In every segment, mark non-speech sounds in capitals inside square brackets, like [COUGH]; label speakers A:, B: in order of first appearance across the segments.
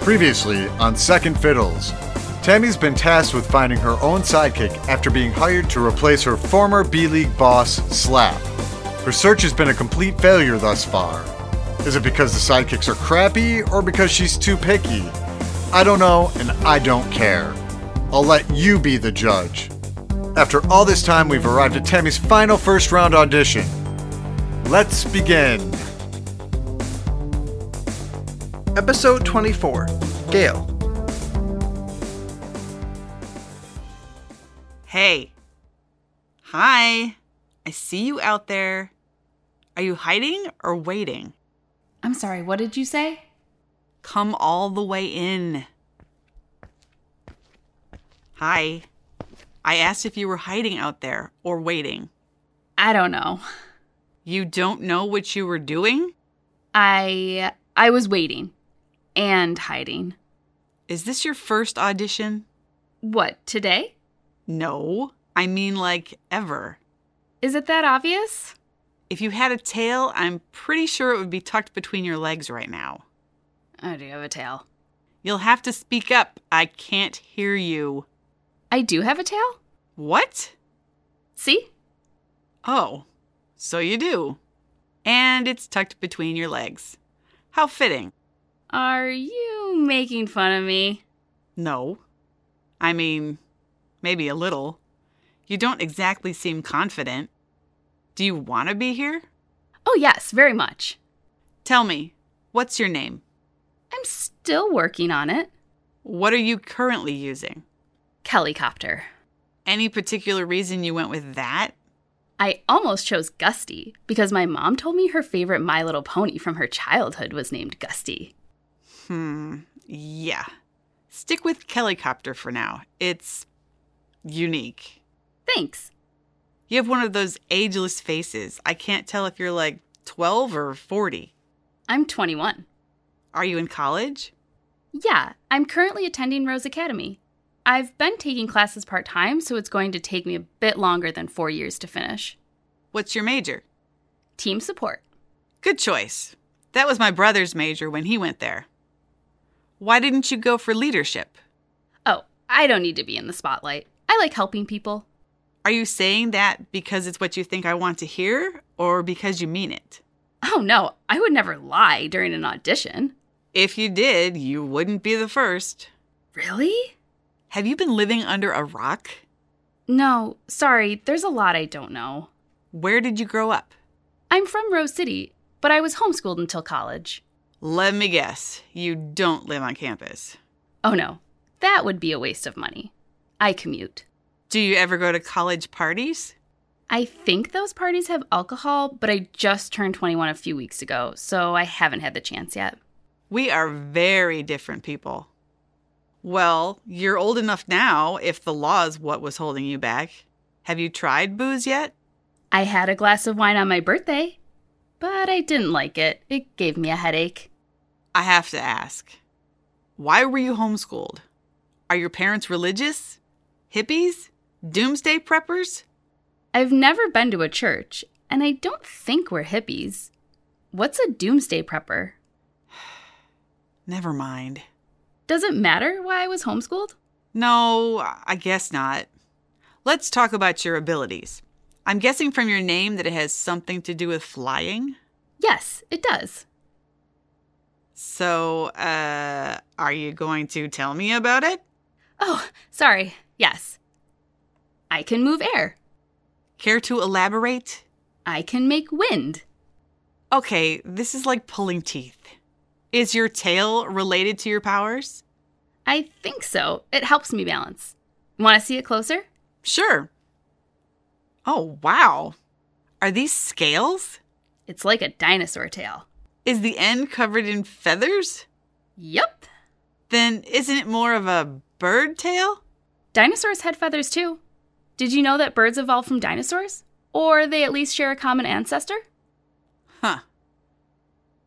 A: Previously on Second Fiddles, Tammy's been tasked with finding her own sidekick after being hired to replace her former B League boss, Slap. Her search has been a complete failure thus far. Is it because the sidekicks are crappy or because she's too picky? I don't know, and I don't care. I'll let you be the judge. After all this time, we've arrived at Tammy's final first round audition. Let's begin.
B: Episode 24 Gale.
C: Hey. Hi. I see you out there. Are you hiding or waiting?
D: I'm sorry, what did you say?
C: Come all the way in. Hi. I asked if you were hiding out there or waiting.
D: I don't know.
C: You don't know what you were doing?
D: I I was waiting and hiding.
C: Is this your first audition?
D: What, today?
C: No. I mean, like, ever.
D: Is it that obvious?
C: If you had a tail, I'm pretty sure it would be tucked between your legs right now.
D: I do have a tail.
C: You'll have to speak up. I can't hear you.
D: I do have a tail?
C: What?
D: See?
C: Oh, so you do. And it's tucked between your legs. How fitting.
D: Are you making fun of me?
C: No. I mean, maybe a little. You don't exactly seem confident. Do you want to be here?
D: Oh, yes, very much.
C: Tell me, what's your name?
D: I'm still working on it.
C: What are you currently using?
D: Helicopter.
C: Any particular reason you went with that?
D: I almost chose Gusty because my mom told me her favorite My Little Pony from her childhood was named Gusty.
C: Hmm, yeah. Stick with Kellycopter for now. It's unique.
D: Thanks.
C: You have one of those ageless faces. I can't tell if you're like 12 or 40.
D: I'm 21.
C: Are you in college?
D: Yeah, I'm currently attending Rose Academy. I've been taking classes part time, so it's going to take me a bit longer than four years to finish.
C: What's your major?
D: Team support.
C: Good choice. That was my brother's major when he went there. Why didn't you go for leadership?
D: Oh, I don't need to be in the spotlight. I like helping people.
C: Are you saying that because it's what you think I want to hear or because you mean it?
D: Oh no, I would never lie during an audition.
C: If you did, you wouldn't be the first.
D: Really?
C: Have you been living under a rock?
D: No, sorry, there's a lot I don't know.
C: Where did you grow up?
D: I'm from Rose City, but I was homeschooled until college.
C: Let me guess, you don't live on campus.
D: Oh no, that would be a waste of money. I commute.
C: Do you ever go to college parties?
D: I think those parties have alcohol, but I just turned 21 a few weeks ago, so I haven't had the chance yet.
C: We are very different people. Well, you're old enough now if the law is what was holding you back. Have you tried booze yet?
D: I had a glass of wine on my birthday, but I didn't like it. It gave me a headache.
C: I have to ask. Why were you homeschooled? Are your parents religious? Hippies? Doomsday preppers?
D: I've never been to a church, and I don't think we're hippies. What's a doomsday prepper?
C: Never mind.
D: Does it matter why I was homeschooled?
C: No, I guess not. Let's talk about your abilities. I'm guessing from your name that it has something to do with flying.
D: Yes, it does.
C: So, uh, are you going to tell me about it?
D: Oh, sorry. Yes. I can move air.
C: Care to elaborate?
D: I can make wind.
C: Okay, this is like pulling teeth. Is your tail related to your powers?
D: I think so. It helps me balance. Want to see it closer?
C: Sure. Oh, wow. Are these scales?
D: It's like a dinosaur tail.
C: Is the end covered in feathers?
D: Yep.
C: Then isn't it more of a bird tail?
D: Dinosaurs had feathers too. Did you know that birds evolved from dinosaurs? Or they at least share a common ancestor?
C: Huh.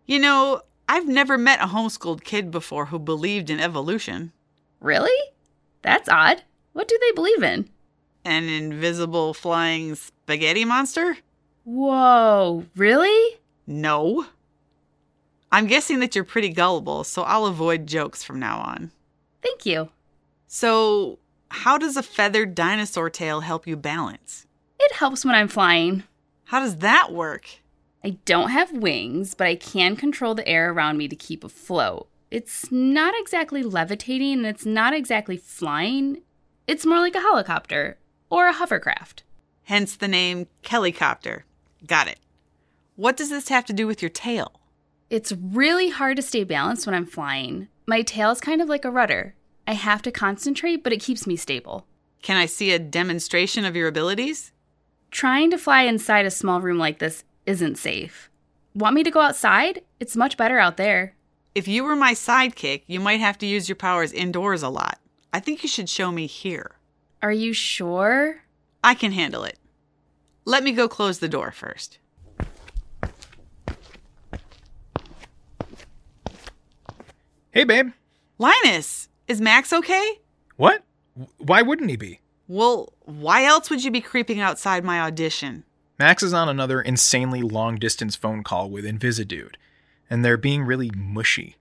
C: You know, I've never met a homeschooled kid before who believed in evolution.
D: Really? That's odd. What do they believe in?
C: An invisible flying spaghetti monster?
D: Whoa, really?
C: No. I'm guessing that you're pretty gullible, so I'll avoid jokes from now on.
D: Thank you.
C: So, how does a feathered dinosaur tail help you balance?
D: It helps when I'm flying.
C: How does that work?
D: I don't have wings, but I can control the air around me to keep afloat. It's not exactly levitating and it's not exactly flying. It's more like a helicopter or a hovercraft.
C: Hence the name Kellycopter. Got it. What does this have to do with your tail?
D: It's really hard to stay balanced when I'm flying. My tail is kind of like a rudder. I have to concentrate, but it keeps me stable.
C: Can I see a demonstration of your abilities?
D: Trying to fly inside a small room like this isn't safe. Want me to go outside? It's much better out there.
C: If you were my sidekick, you might have to use your powers indoors a lot. I think you should show me here.
D: Are you sure?
C: I can handle it. Let me go close the door first.
E: Hey, babe.
C: Linus, is Max okay?
E: What? W- Why wouldn't he be?
C: Well, why else would you be creeping outside my audition?
E: Max is on another insanely long distance phone call with Invisidude, and they're being really mushy.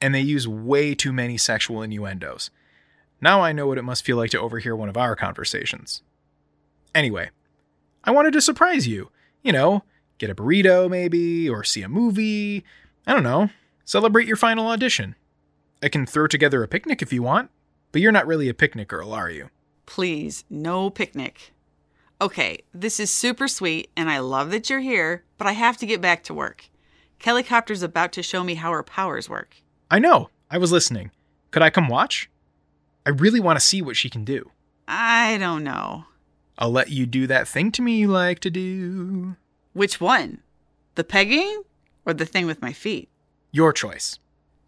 E: And they use way too many sexual innuendos. Now I know what it must feel like to overhear one of our conversations. Anyway, I wanted to surprise you. You know, get a burrito maybe, or see a movie. I don't know. Celebrate your final audition. I can throw together a picnic if you want, but you're not really a picnic girl, are you?
C: Please, no picnic. Okay, this is super sweet, and I love that you're here, but I have to get back to work. Helicopter's about to show me how her powers work.
E: I know. I was listening. Could I come watch? I really want to see what she can do.
C: I don't know.
E: I'll let you do that thing to me you like to do.
C: Which one? The pegging or the thing with my feet?
E: Your choice.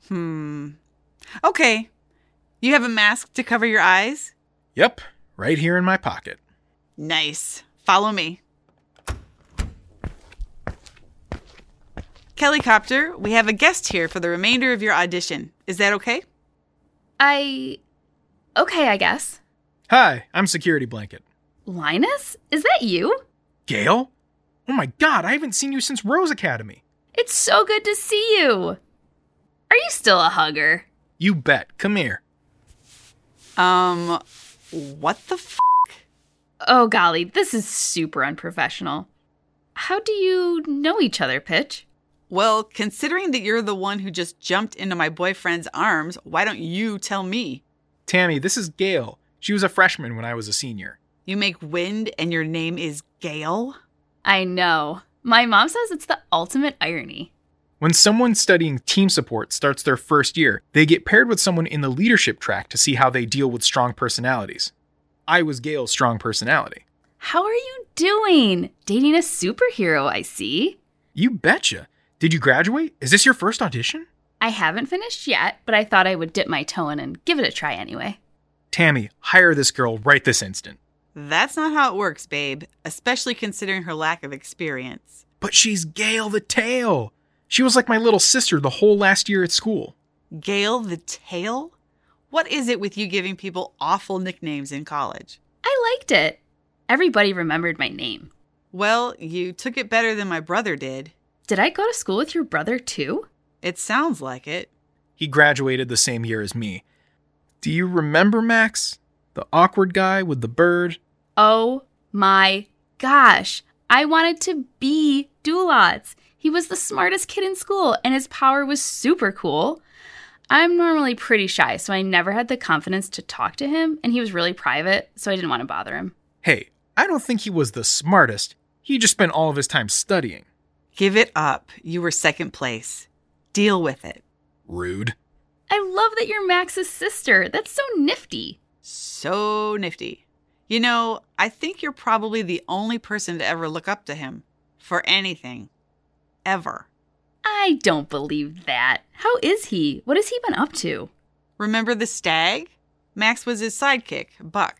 C: Hmm. Okay. You have a mask to cover your eyes?
E: Yep, right here in my pocket.
C: Nice. Follow me. Kellycopter, we have a guest here for the remainder of your audition. Is that okay?
D: I. Okay, I guess.
E: Hi, I'm Security Blanket.
D: Linus? Is that you?
E: Gail? Oh my god, I haven't seen you since Rose Academy.
D: It's so good to see you. Are you still a hugger?
E: You bet. Come here.
C: Um, what the f?
D: Oh, golly, this is super unprofessional. How do you know each other, Pitch?
C: Well, considering that you're the one who just jumped into my boyfriend's arms, why don't you tell me?
E: Tammy, this is Gail. She was a freshman when I was a senior.
C: You make wind and your name is Gale?
D: I know. My mom says it's the ultimate irony.
E: When someone studying team support starts their first year, they get paired with someone in the leadership track to see how they deal with strong personalities. I was Gail's strong personality.
D: How are you doing? Dating a superhero, I see.
E: You betcha. Did you graduate? Is this your first audition?
D: I haven't finished yet, but I thought I would dip my toe in and give it a try anyway.
E: Tammy, hire this girl right this instant.
C: That's not how it works, babe, especially considering her lack of experience.
E: But she's Gail the Tail. She was like my little sister the whole last year at school.
C: Gale the Tail? What is it with you giving people awful nicknames in college?
D: I liked it. Everybody remembered my name.
C: Well, you took it better than my brother did.
D: Did I go to school with your brother too?
C: It sounds like it.
E: He graduated the same year as me. Do you remember Max? The awkward guy with the bird?
D: Oh my gosh. I wanted to be Dulots. He was the smartest kid in school and his power was super cool. I'm normally pretty shy, so I never had the confidence to talk to him, and he was really private, so I didn't want to bother him.
E: Hey, I don't think he was the smartest. He just spent all of his time studying.
C: Give it up. You were second place. Deal with it.
E: Rude.
D: I love that you're Max's sister. That's so nifty.
C: So nifty. You know, I think you're probably the only person to ever look up to him for anything. Ever.
D: I don't believe that. How is he? What has he been up to?
C: Remember the stag? Max was his sidekick, Buck.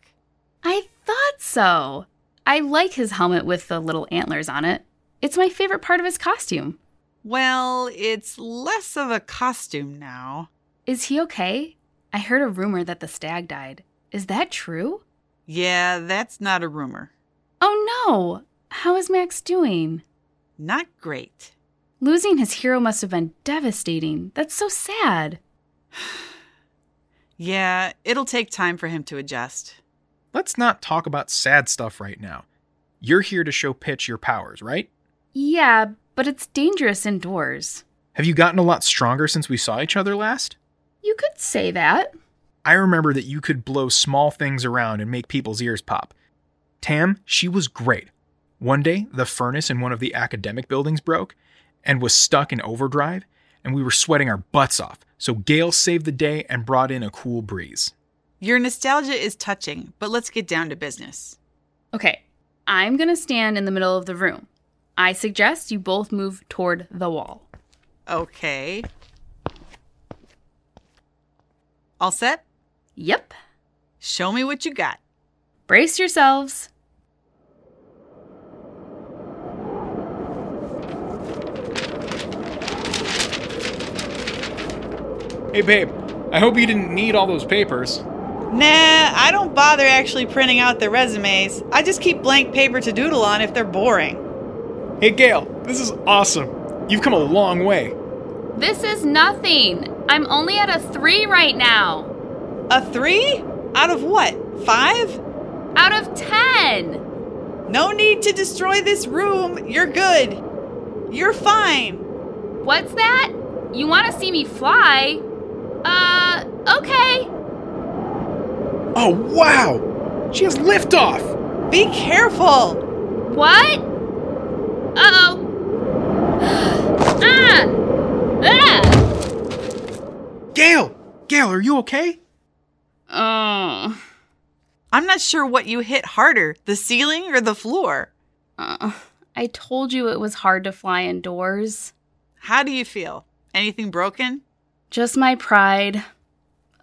D: I thought so. I like his helmet with the little antlers on it. It's my favorite part of his costume.
C: Well, it's less of a costume now.
D: Is he okay? I heard a rumor that the stag died. Is that true?
C: Yeah, that's not a rumor.
D: Oh no! How is Max doing?
C: Not great.
D: Losing his hero must have been devastating. That's so sad.
C: Yeah, it'll take time for him to adjust.
E: Let's not talk about sad stuff right now. You're here to show Pitch your powers, right?
D: Yeah, but it's dangerous indoors.
E: Have you gotten a lot stronger since we saw each other last?
D: You could say that.
E: I remember that you could blow small things around and make people's ears pop. Tam, she was great. One day, the furnace in one of the academic buildings broke and was stuck in overdrive, and we were sweating our butts off. So Gale saved the day and brought in a cool breeze.
C: Your nostalgia is touching, but let's get down to business.
D: Okay, I'm gonna stand in the middle of the room. I suggest you both move toward the wall.
C: Okay. All set?
D: Yep.
C: Show me what you got.
D: Brace yourselves.
E: Hey, babe, I hope you didn't need all those papers.
C: Nah, I don't bother actually printing out the resumes. I just keep blank paper to doodle on if they're boring.
E: Hey, Gail, this is awesome. You've come a long way.
D: This is nothing. I'm only at a three right now.
C: A three? Out of what? Five?
D: Out of ten.
C: No need to destroy this room. You're good. You're fine.
D: What's that? You wanna see me fly? Uh, okay.
E: Oh, wow! She has liftoff!
C: Be careful.
D: What? Uh oh. ah! [GASPS] Ah!
E: Gail! Gail, are you okay?
D: Oh.
C: I'm not sure what you hit harder the ceiling or the floor.
D: Uh, I told you it was hard to fly indoors.
C: How do you feel? Anything broken?
D: Just my pride.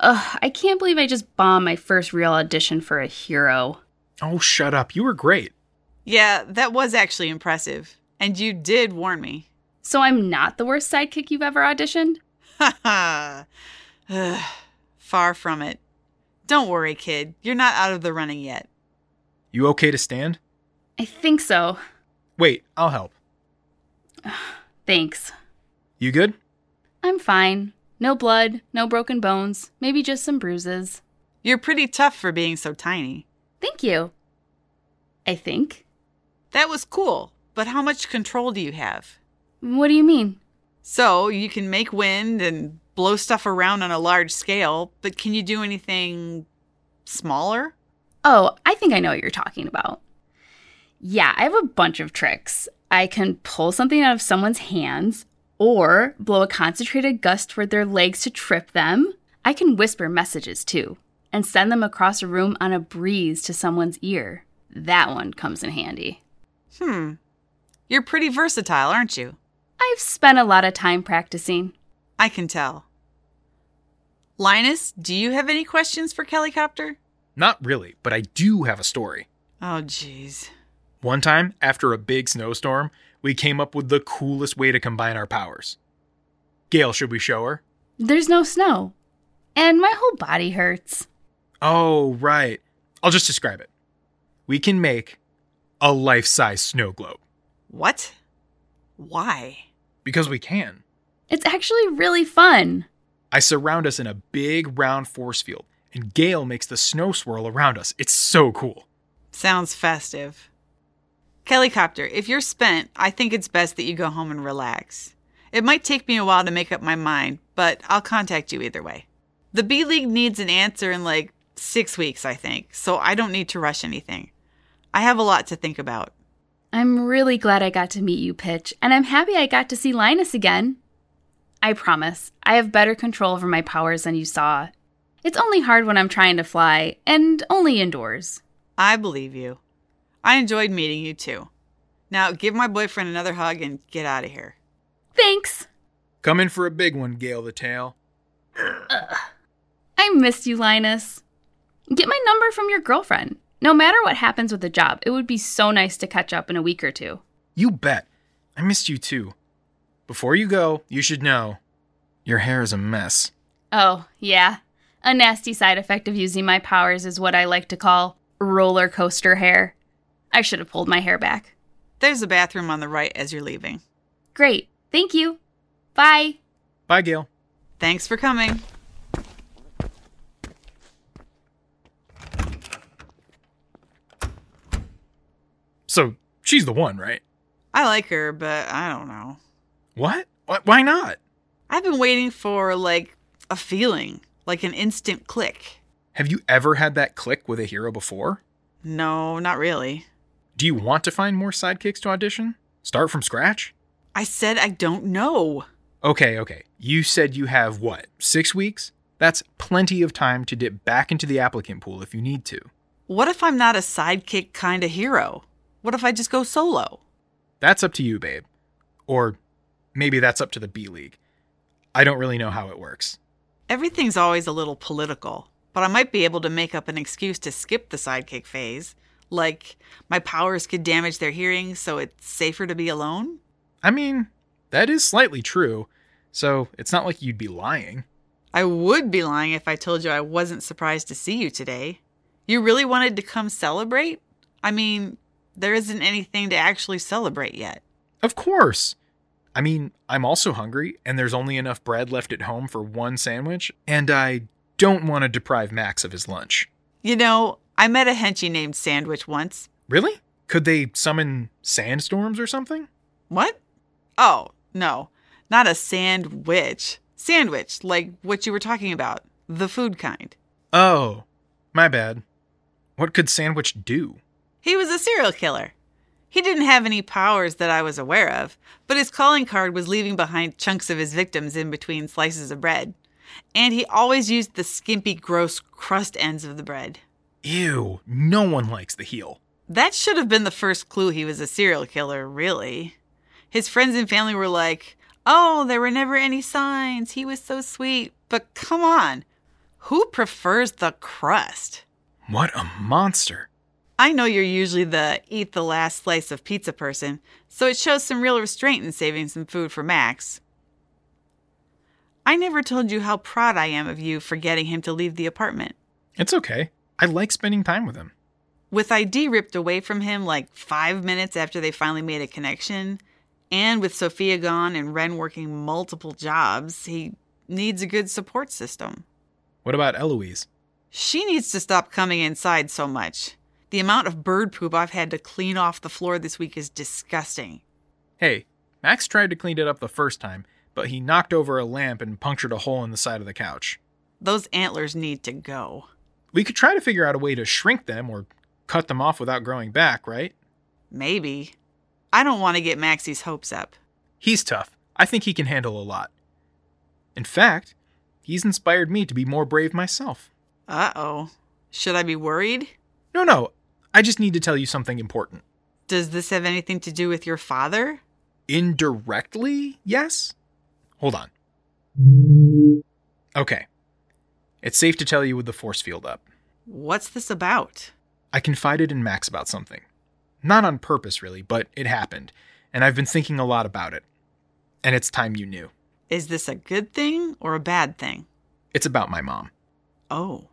D: Ugh, I can't believe I just bombed my first real audition for a hero.
E: Oh, shut up. You were great.
C: Yeah, that was actually impressive. And you did warn me. [LAUGHS]
D: So I'm not the worst sidekick you've ever auditioned?
C: Ha ha. Ugh, Far from it. Don't worry, kid. You're not out of the running yet.
E: You okay to stand?
D: I think so.
E: Wait, I'll help.
D: Thanks.
E: You good?
D: I'm fine. No blood, no broken bones, maybe just some bruises.
C: You're pretty tough for being so tiny.
D: Thank you. I think.
C: That was cool, but how much control do you have?
D: What do you mean?
C: So you can make wind and blow stuff around on a large scale, but can you do anything smaller?
D: Oh, I think I know what you're talking about. Yeah, I have a bunch of tricks. I can pull something out of someone's hands or blow a concentrated gust toward their legs to trip them. I can whisper messages too and send them across a room on a breeze to someone's ear. That one comes in handy.
C: Hmm. You're pretty versatile, aren't you?
D: I've spent a lot of time practicing.
C: I can tell. Linus, do you have any questions for Kellycopter?
E: Not really, but I do have a story.
C: Oh, jeez.
E: One time, after a big snowstorm, we came up with the coolest way to combine our powers. Gail, should we show her?
D: There's no snow. And my whole body hurts.
E: Oh, right. I'll just describe it. We can make a life size snow globe
C: What? Why?
E: because we can.
D: It's actually really fun.
E: I surround us in a big round force field, and Gale makes the snow swirl around us. It's so cool.
C: Sounds festive. Kellycopter, if you're spent, I think it's best that you go home and relax. It might take me a while to make up my mind, but I'll contact you either way. The B League needs an answer in like six weeks, I think, so I don't need to rush anything. I have a lot to think about.
D: I'm really glad I got to meet you, Pitch, and I'm happy I got to see Linus again. I promise, I have better control over my powers than you saw. It's only hard when I'm trying to fly, and only indoors.
C: I believe you. I enjoyed meeting you too. Now give my boyfriend another hug and get out of here.
D: Thanks!
E: Come in for a big one, Gale the Tail.
D: I missed you, Linus. Get my number from your girlfriend. No matter what happens with the job, it would be so nice to catch up in a week or two.
E: You bet. I missed you too. Before you go, you should know your hair is a mess.
D: Oh, yeah. A nasty side effect of using my powers is what I like to call roller coaster hair. I should have pulled my hair back.
C: There's a bathroom on the right as you're leaving.
D: Great. Thank you. Bye.
E: Bye, Gail.
C: Thanks for coming.
E: So she's the one, right?
C: I like her, but I don't know.
E: What? Wh- Why not?
C: I've been waiting for like a feeling, like an instant click.
E: Have you ever had that click with a hero before?
C: No, not really.
E: Do you want to find more sidekicks to audition? Start from scratch?
C: I said I don't know.
E: Okay, okay. You said you have what, six weeks? That's plenty of time to dip back into the applicant pool if you need to.
C: What if I'm not a sidekick kind of hero? What if I just go solo?
E: That's up to you, babe. Or maybe that's up to the B League. I don't really know how it works.
C: Everything's always a little political, but I might be able to make up an excuse to skip the sidekick phase. Like, my powers could damage their hearing, so it's safer to be alone?
E: I mean, that is slightly true, so it's not like you'd be lying.
C: I would be lying if I told you I wasn't surprised to see you today. You really wanted to come celebrate? I mean, there isn't anything to actually celebrate yet.
E: Of course. I mean, I'm also hungry, and there's only enough bread left at home for one sandwich, and I don't want to deprive Max of his lunch.
C: You know, I met a henchy named Sandwich once.
E: Really? Could they summon sandstorms or something?
C: What? Oh, no. Not a sandwich. Sandwich, like what you were talking about. The food kind.
E: Oh, my bad. What could Sandwich do?
C: He was a serial killer. He didn't have any powers that I was aware of, but his calling card was leaving behind chunks of his victims in between slices of bread. And he always used the skimpy, gross crust ends of the bread.
E: Ew, no one likes the heel.
C: That should have been the first clue he was a serial killer, really. His friends and family were like, Oh, there were never any signs. He was so sweet. But come on, who prefers the crust?
E: What a monster.
C: I know you're usually the eat the last slice of pizza person, so it shows some real restraint in saving some food for Max. I never told you how proud I am of you for getting him to leave the apartment.
E: It's okay. I like spending time with him.
C: With ID ripped away from him like five minutes after they finally made a connection, and with Sophia gone and Ren working multiple jobs, he needs a good support system.
E: What about Eloise?
C: She needs to stop coming inside so much. The amount of bird poop I've had to clean off the floor this week is disgusting.
E: Hey, Max tried to clean it up the first time, but he knocked over a lamp and punctured a hole in the side of the couch.
C: Those antlers need to go.
E: We could try to figure out a way to shrink them or cut them off without growing back, right?
C: Maybe. I don't want to get Maxie's hopes up.
E: He's tough. I think he can handle a lot. In fact, he's inspired me to be more brave myself.
C: Uh oh. Should I be worried?
E: No, no, I just need to tell you something important.
C: Does this have anything to do with your father?
E: indirectly, yes? Hold on. Okay. It's safe to tell you with the force field up.
C: What's this about?
E: I confided in Max about something. Not on purpose, really, but it happened, and I've been thinking a lot about it. And it's time you knew.
C: Is this a good thing or a bad thing?
E: It's about my mom.
C: Oh.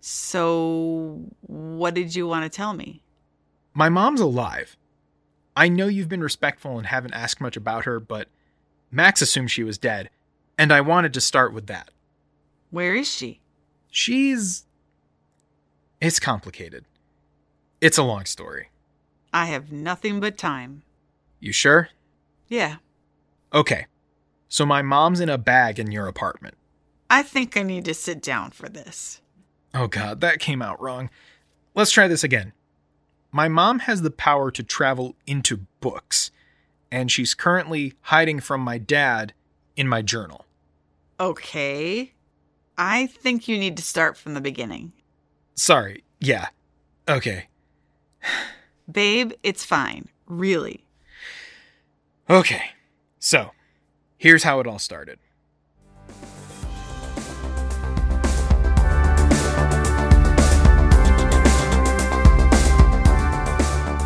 C: So, what did you want to tell me?
E: My mom's alive. I know you've been respectful and haven't asked much about her, but Max assumed she was dead, and I wanted to start with that.
C: Where is she?
E: She's. It's complicated. It's a long story.
C: I have nothing but time.
E: You sure?
C: Yeah,
E: Okay. So my mom's in a bag in your apartment.
C: I think I need to sit down for this.
E: Oh god, that came out wrong. Let's try this again. My mom has the power to travel into books, and she's currently hiding from my dad in my journal.
C: Okay. I think you need to start from the beginning.
E: Sorry. Yeah. Okay.
C: Babe, it's fine. Really.
E: Okay. So, here's how it all started.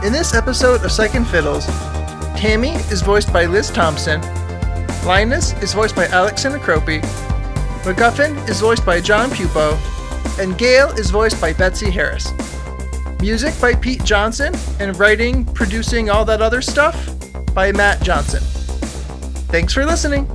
B: In this episode of Second Fiddles, Tammy is voiced by Liz Thompson, Linus is voiced by Alex Sinacropi, MacGuffin is voiced by John Pupo, and Gail is voiced by Betsy Harris. Music by Pete Johnson, and writing, producing, all that other stuff by Matt Johnson. Thanks for listening.